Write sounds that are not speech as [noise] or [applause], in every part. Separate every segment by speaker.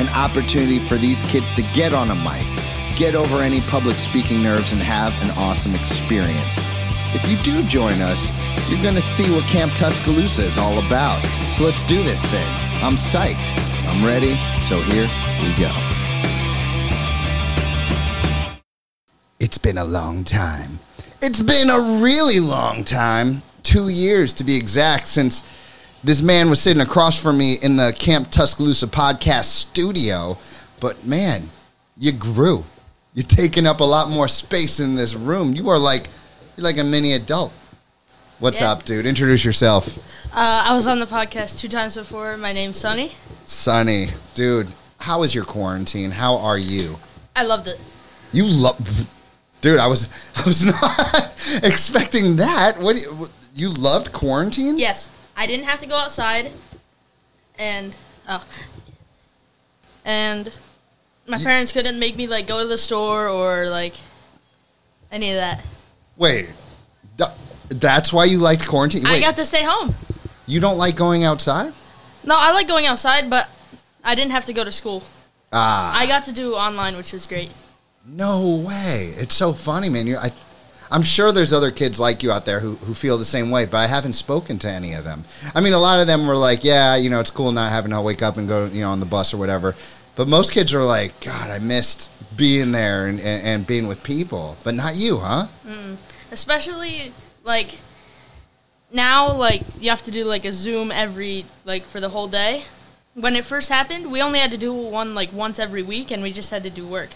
Speaker 1: An opportunity for these kids to get on a mic, get over any public speaking nerves, and have an awesome experience. If you do join us, you're going to see what Camp Tuscaloosa is all about. So let's do this thing. I'm psyched. I'm ready. So here we go. It's been a long time. It's been a really long time. Two years to be exact, since this man was sitting across from me in the Camp Tuscaloosa podcast studio. But man, you grew. You're taking up a lot more space in this room. You are like you're like a mini adult. What's
Speaker 2: Yeah.
Speaker 1: up, dude? Introduce yourself.
Speaker 2: Uh, I was on the podcast two times before. My name's Sunny.
Speaker 1: Sonny. Dude, how is your quarantine? How are you?
Speaker 2: I loved it.
Speaker 1: You love, dude. I was [laughs] I was not [laughs] expecting that. What do you, you loved quarantine?
Speaker 2: Yes, I didn't have to go outside, and oh, and my parents couldn't make me like go to the store or like any of that.
Speaker 1: Wait, th- that's why you liked quarantine. Wait,
Speaker 2: I got to stay home.
Speaker 1: you don't like going outside?
Speaker 2: No, I like going outside, but I didn't have to go to school.
Speaker 1: Ah,
Speaker 2: I got to do online, which was great.
Speaker 1: no way. It's so funny, man. You're, I, I'm sure there's other kids like you out there who, who feel the same way, but I haven't spoken to any of them. I mean, a lot of them were like, yeah, you know, it's cool not having to wake up and go, you know, on the bus or whatever. But most kids are like, God, I missed being there and, and, and being with people. But not you, huh?
Speaker 2: especially like now like you have to do like a zoom every like for the whole day when it first happened we only had to do one like once every week and we just had to do work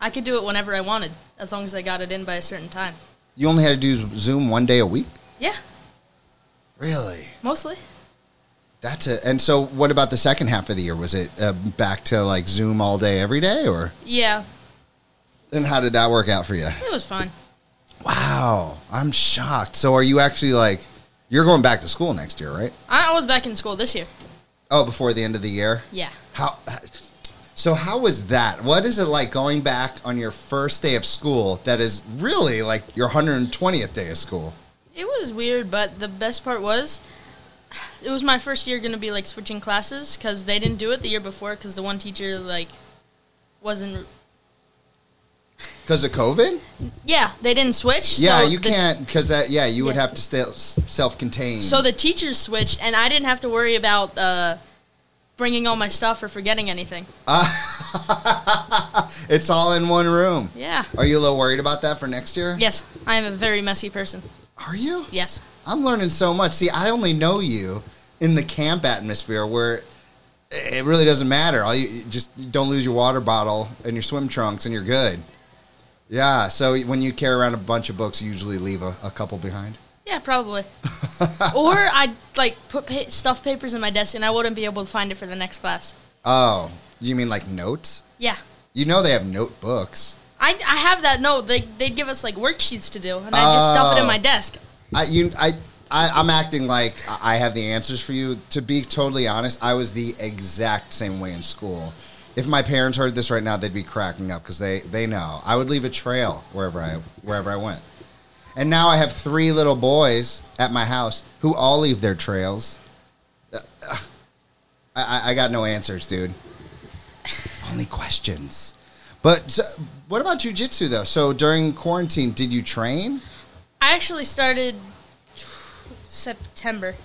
Speaker 2: i could do it whenever i wanted as long as i got it in by a certain time
Speaker 1: You only had to do Zoom one day a week?
Speaker 2: yeah
Speaker 1: Really?
Speaker 2: mostly
Speaker 1: That's it. And so, what about the second half of the year? Was it uh, back to like Zoom all day every day, or
Speaker 2: yeah
Speaker 1: and how did that work out for you?
Speaker 2: it was fun
Speaker 1: Wow, I'm shocked. So, are you actually like you're going back to school next year, right?
Speaker 2: i I was back in school this year
Speaker 1: Oh, before the end of the year.
Speaker 2: yeah
Speaker 1: How? So, how was that? What is it like going back on your first day of school? That is really like your 120th day of school.
Speaker 2: it was weird but the best part was it was my first year gonna be like switching classes because they didn't do it the year before because the one teacher like wasn't
Speaker 1: Because of COVID?
Speaker 2: Yeah, they didn't switch.
Speaker 1: Yeah,
Speaker 2: so
Speaker 1: you
Speaker 2: the-
Speaker 1: can't. Because that, yeah, you would
Speaker 2: Yeah.
Speaker 1: have to stay self-contained.
Speaker 2: So the teachers switched, and I didn't have to worry about uh, bringing all my stuff or forgetting anything.
Speaker 1: it's all in one room.
Speaker 2: Yeah.
Speaker 1: Are you a little worried about that for next year?
Speaker 2: Yes, I am a very messy person.
Speaker 1: Are you?
Speaker 2: Yes.
Speaker 1: I'm learning so much. See, I only know you in the camp atmosphere where it really doesn't matter. All you you just don't lose your water bottle and your swim trunks and you're good. Yeah, so when you carry around a bunch of books, you usually leave a, a couple behind. [laughs]
Speaker 2: Yeah, probably. or I'd like put pa- stuff papers in my desk, and I wouldn't be able to find it for the next class.
Speaker 1: Oh, you mean like notes?
Speaker 2: Yeah.
Speaker 1: You know they have notebooks.
Speaker 2: I, I have that note. They, they'd give us like worksheets to do, and I just stuff it
Speaker 1: Oh.
Speaker 2: in my desk.
Speaker 1: I you I, I I'm acting like I I have the answers for you. To be totally honest, I was the exact same way in school. If my parents heard this right now, they'd be cracking up because they they know I would leave a trail wherever I wherever I went. And now I have three little boys at my house who all leave their trails. Uh, uh, I, I- I got no answers, dude. Only questions. But so, what about jujitsu though? So during quarantine, did you train?
Speaker 2: I actually started September.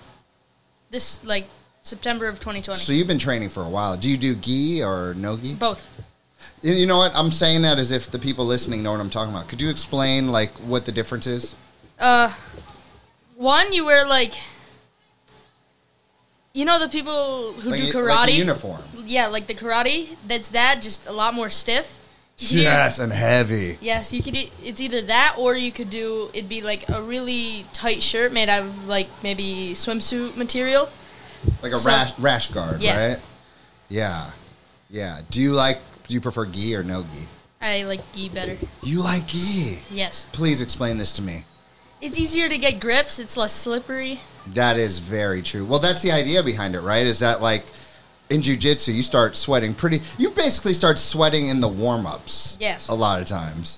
Speaker 2: This, like, September of 2020.
Speaker 1: So you've been training for a while. Do you do gi or no gi?
Speaker 2: Both.
Speaker 1: You you know what? I'm saying that as if the people listening know what I'm talking about. Could you explain like what the difference is?
Speaker 2: uh one you wear like you know the people who
Speaker 1: Like
Speaker 2: do
Speaker 1: a-
Speaker 2: karate
Speaker 1: like a
Speaker 2: [laughs]
Speaker 1: uniform.
Speaker 2: yeah like the karate that's that just a lot more stiff You could either-
Speaker 1: and heavy.
Speaker 2: yes you could e- it's either that or you could do it'd be like a really tight shirt made out of like maybe swimsuit material
Speaker 1: Like a
Speaker 2: So-
Speaker 1: rash rash guard,
Speaker 2: Yeah.
Speaker 1: right? Yeah, yeah. Do you like? Do you prefer gi or no gi?
Speaker 2: I like gi better.
Speaker 1: You like gi?
Speaker 2: Yes.
Speaker 1: Please explain this to me.
Speaker 2: It's easier to get grips. It's less slippery.
Speaker 1: That is very true. Well, that's the idea behind it, right? Is that like in jujitsu, you start sweating pretty. You basically start sweating in the warm ups.
Speaker 2: Yes.
Speaker 1: A lot of times.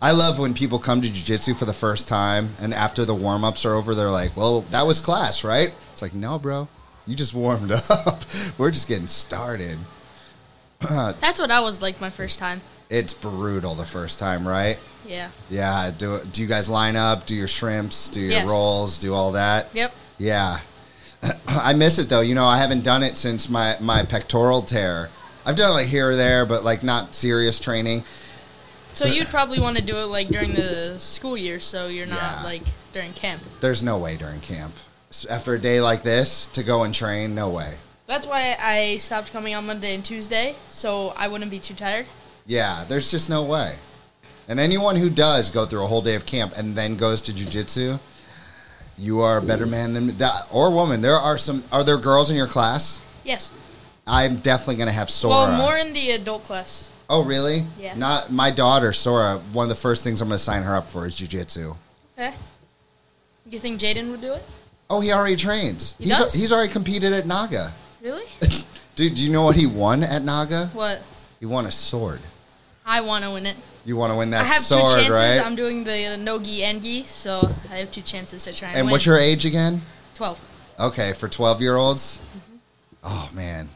Speaker 1: I love when people come to jujitsu for the first time and after the warm ups are over, they're like, well, that was class, right? It's like, no, bro. You just warmed [laughs] up. We're just getting started.
Speaker 2: That's what I was like my first time.
Speaker 1: It's brutal the first time, right?
Speaker 2: Yeah.
Speaker 1: Yeah. Do, do you guys line up? Do your shrimps? Do your
Speaker 2: Yes.
Speaker 1: rolls? Do all that?
Speaker 2: Yep.
Speaker 1: Yeah. [clears throat] I miss it though. You know, I haven't done it since my, my pectoral tear. I've done it like here or there, but like not serious training.
Speaker 2: So you'd probably want to do it like during the school year, so you're not
Speaker 1: Yeah.
Speaker 2: like during camp.
Speaker 1: There's no way during camp. S- After a day like this to go and train, no way.
Speaker 2: That's why I stopped coming on Monday and Tuesday, so I wouldn't be too tired.
Speaker 1: Yeah, there's just no way. And anyone who does go through a whole day of camp and then goes to jujitsu, you are a better man than that or woman. There are some. Are there girls in your class?
Speaker 2: Yes.
Speaker 1: I'm definitely gonna have Sora.
Speaker 2: Well, more in the adult class.
Speaker 1: Oh, really?
Speaker 2: Yeah.
Speaker 1: Not my daughter, Sora. One of the first things I'm going to sign her up for is jujitsu.
Speaker 2: Okay. Eh? You think Jaden would do it?
Speaker 1: Oh, he already trains.
Speaker 2: He
Speaker 1: he's,
Speaker 2: does?
Speaker 1: he's already competed at Naga. [laughs]
Speaker 2: Really?
Speaker 1: Dude, do you know what he won at Naga?
Speaker 2: what?
Speaker 1: He won a sword.
Speaker 2: I want to win it.
Speaker 1: You want to win that
Speaker 2: I have
Speaker 1: sword,
Speaker 2: two chances.
Speaker 1: right?
Speaker 2: I'm doing the no gi and gi, so I have two chances to try and,
Speaker 1: and
Speaker 2: win.
Speaker 1: what's your age again?
Speaker 2: twelve?
Speaker 1: Okay, for 12 year olds?
Speaker 2: Mm-hmm.
Speaker 1: Oh, man.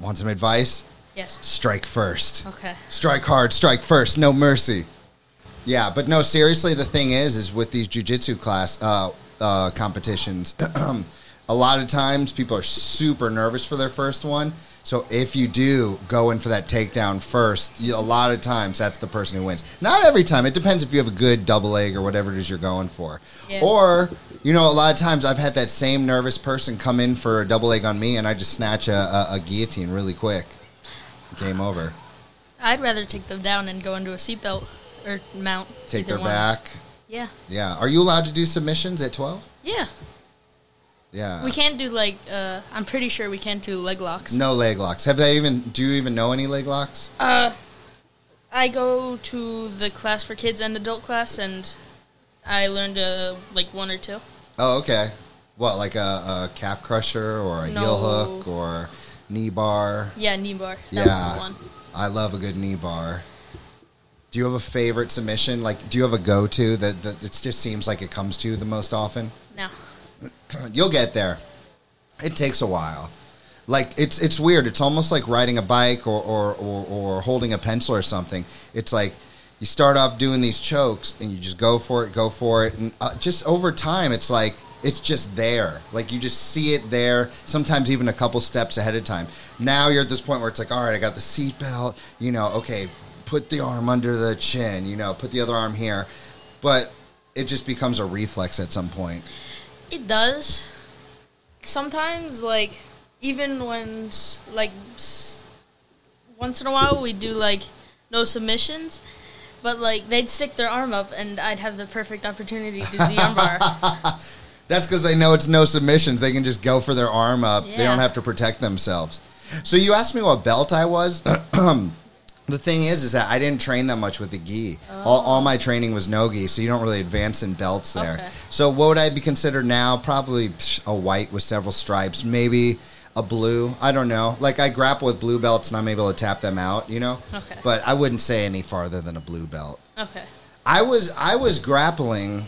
Speaker 1: Want some advice?
Speaker 2: Yes.
Speaker 1: Strike first.
Speaker 2: Okay.
Speaker 1: Strike hard, strike first, no mercy. Yeah, but no, seriously, the thing is, is with these jujitsu class uh, uh, competitions, [clears throat] a lot of times people are super nervous for their first one. So if you do go in for that takedown first, you, a lot of times that's the person who wins. Not every time. It depends if you have a good double leg or whatever it is you're going for.
Speaker 2: Yeah.
Speaker 1: Or, you know, a lot of times I've had that same nervous person come in for a double leg on me and I just snatch a, a, a guillotine really quick. Game over.
Speaker 2: I'd rather take them down and go into a seatbelt or mount.
Speaker 1: take
Speaker 2: either
Speaker 1: their
Speaker 2: one.
Speaker 1: back.
Speaker 2: Yeah.
Speaker 1: Yeah. Are you allowed to do submissions at 12?
Speaker 2: Yeah.
Speaker 1: Yeah.
Speaker 2: We can't do like. Uh, I'm pretty sure we can't do leg locks.
Speaker 1: No leg locks. Have they even, do you even know any leg locks?
Speaker 2: Uh, I go to the class for kids and adult class, and I learned uh, like one or two.
Speaker 1: Oh, okay. What, like a, a calf crusher or a heel
Speaker 2: No.
Speaker 1: hook or knee bar?
Speaker 2: Yeah, knee bar. That was
Speaker 1: yeah.
Speaker 2: the one.
Speaker 1: I love a good knee bar. Do you have a favorite submission? Like, do you have a go to that, that it just seems like it comes to you the most often?
Speaker 2: No.
Speaker 1: [clears throat] You'll get there. It takes a while. Like it's it's weird. It's almost like riding a bike or or, or, or holding a pencil or something. It's like you start off doing these chokes and you just go for it, go for it, and uh, just over time, it's like it's just there. Like you just see it there. Sometimes even a couple steps ahead of time. Now you're at this point where it's like, all right, I got the seatbelt. You know, okay, put the arm under the chin. You know, put the other arm here, but it just becomes a reflex at some point.
Speaker 2: It does. Sometimes, like, even when, s- like, s- once in a while we do, like, no submissions, but, like, they'd stick their arm up and I'd have the perfect opportunity to do
Speaker 1: [laughs]
Speaker 2: the armbar.
Speaker 1: That's because they know it's no submissions. They can just go for their arm up. They
Speaker 2: Yeah.
Speaker 1: don't have to protect themselves. So you asked me what belt I was. [clears throat] the thing is, is that I didn't train that much with the gi. All, all my training was no gi, so you don't really advance in belts there.
Speaker 2: Okay.
Speaker 1: So what would I be considered now? Probably psh, a white with several stripes, maybe a blue. I don't know. Like I grapple with blue belts, and I'm able to tap them out. You know.
Speaker 2: Okay.
Speaker 1: But I wouldn't say any farther than a blue belt.
Speaker 2: Okay.
Speaker 1: I was I was grappling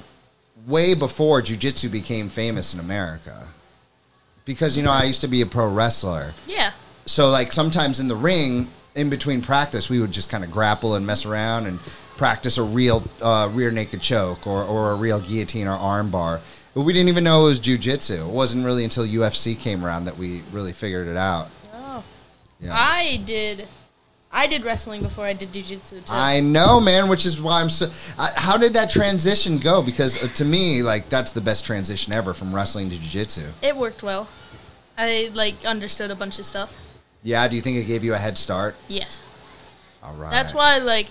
Speaker 1: way before jujitsu became famous in America. Because you know, I used to be a pro wrestler.
Speaker 2: Yeah.
Speaker 1: So like sometimes in the ring, in between practice, we would just kind of grapple and mess around and practice a real uh, rear naked choke or, or a real guillotine or arm bar. But we didn't even know it was jujitsu. It wasn't really until UFC came around that we really figured it out.
Speaker 2: Oh.
Speaker 1: Yeah.
Speaker 2: I did. I did wrestling before I did jujitsu too.
Speaker 1: I know, man, which is why I'm so. I, how did that transition go? Because uh, to me, like, that's the best transition ever from wrestling to jujitsu.
Speaker 2: it worked well. I like understood a bunch of stuff.
Speaker 1: Yeah, do you think it gave you a head start?
Speaker 2: Yes.
Speaker 1: All right.
Speaker 2: That's why, like,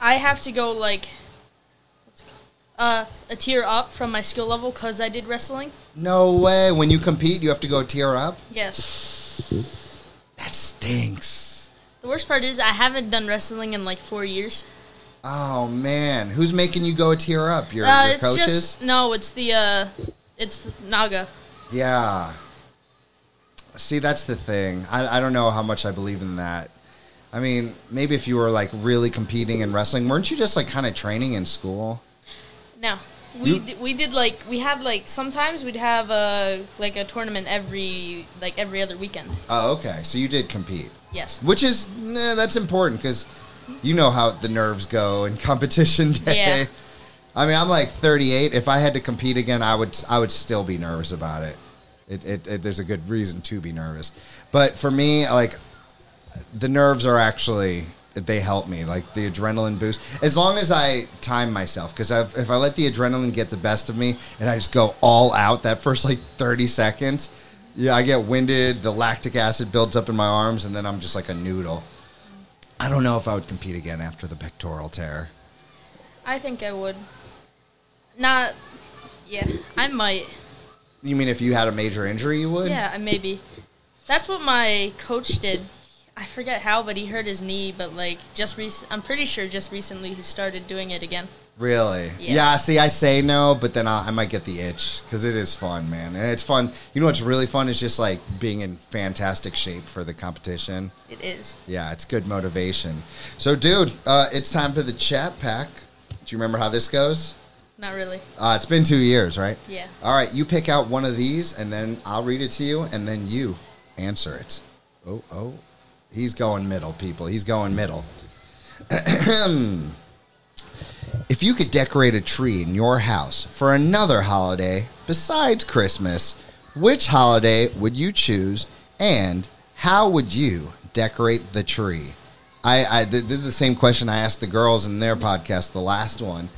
Speaker 2: I have to go like what's it called? uh, a tier up from my skill level because I did wrestling.
Speaker 1: No way. When you compete, you have to go tear up?
Speaker 2: Yes,
Speaker 1: That stinks.
Speaker 2: the The worst part is I haven't done wrestling in like four years.
Speaker 1: Oh man, who's making you go tear up? Your,
Speaker 2: Uh,
Speaker 1: your
Speaker 2: it's
Speaker 1: coaches?
Speaker 2: just no. It's the uh, it's Naga.
Speaker 1: Yeah. See, that's the thing. I, I don't know how much I believe in that. I mean, maybe if you were like really competing in wrestling, weren't you just like kind of training in school?
Speaker 2: No, we
Speaker 1: You-
Speaker 2: d- we did like we had like sometimes we'd have a like a tournament every like every other weekend.
Speaker 1: Oh, okay. So you did compete,
Speaker 2: Yes.
Speaker 1: which is nah, that's important because you know how the nerves go in [laughs] competition day.
Speaker 2: Yeah.
Speaker 1: I mean, I'm like 38. If I had to compete again, I would I would still be nervous about it. It, it, it there's a good reason to be nervous, but for me, like the nerves are actually they help me like the adrenaline boost as long as i time myself because if i let the adrenaline get the best of me and i just go all out that first like 30 seconds yeah i get winded the lactic acid builds up in my arms and then i'm just like a noodle i don't know if i would compete again after the pectoral tear
Speaker 2: I think I would. Not. Yeah, I might.
Speaker 1: you mean if you had a major injury you would
Speaker 2: Yeah, I maybe. That's what my coach did. I forget how, but he hurt his knee. But like just rec- I'm pretty sure just recently he started doing it again.
Speaker 1: Really? Yeah.
Speaker 2: Yeah.
Speaker 1: see, I say no, but then I, I might get the itch because it is fun, man. And it's fun. You know what's really fun is just like being in fantastic shape for the competition.
Speaker 2: It is.
Speaker 1: Yeah, it's good motivation. So, dude, uh, it's time for the chat pack. Do you remember how this goes?
Speaker 2: Not really.
Speaker 1: Uh, it's been two years, right?
Speaker 2: Yeah.
Speaker 1: All right, you pick out one of these, and then I'll read it to you, and then you answer it. Oh, oh. He's going middle, people. He's going middle. if you could decorate a tree in your house for another holiday besides Christmas, which holiday would you choose, and how would you decorate the tree? I, I th- this is the same question I asked the girls in their podcast, the last one.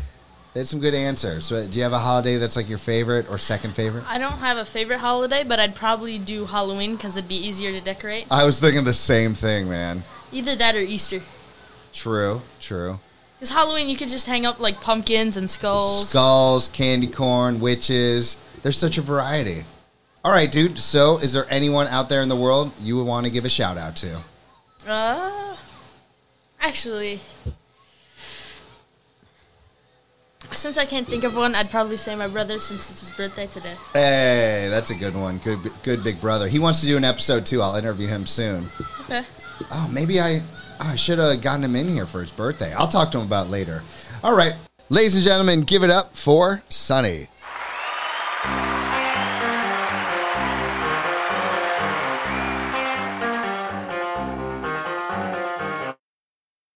Speaker 1: They had some good answers. So, do you have a holiday that's like your favorite or second favorite?
Speaker 2: I don't have a favorite holiday, but I'd probably do Halloween because it'd be easier to decorate.
Speaker 1: I was thinking the same thing, man.
Speaker 2: Either that or Easter.
Speaker 1: True, true.
Speaker 2: Because Halloween, you could just hang up like pumpkins and skulls.
Speaker 1: Skulls, candy corn, witches. There's such a variety. All right, dude. So, is there anyone out there in the world you would want to give a shout out to?
Speaker 2: Uh, actually, since I can't think of one, I'd probably say my brother since it's his birthday today.
Speaker 1: Hey, that's a good one. Good, good big brother. He wants to do an episode too. I'll interview him soon.
Speaker 2: Okay.
Speaker 1: Oh, maybe I oh, I should have gotten him in here for his birthday. I'll talk to him about it later. All right, ladies and gentlemen, give it up for Sonny.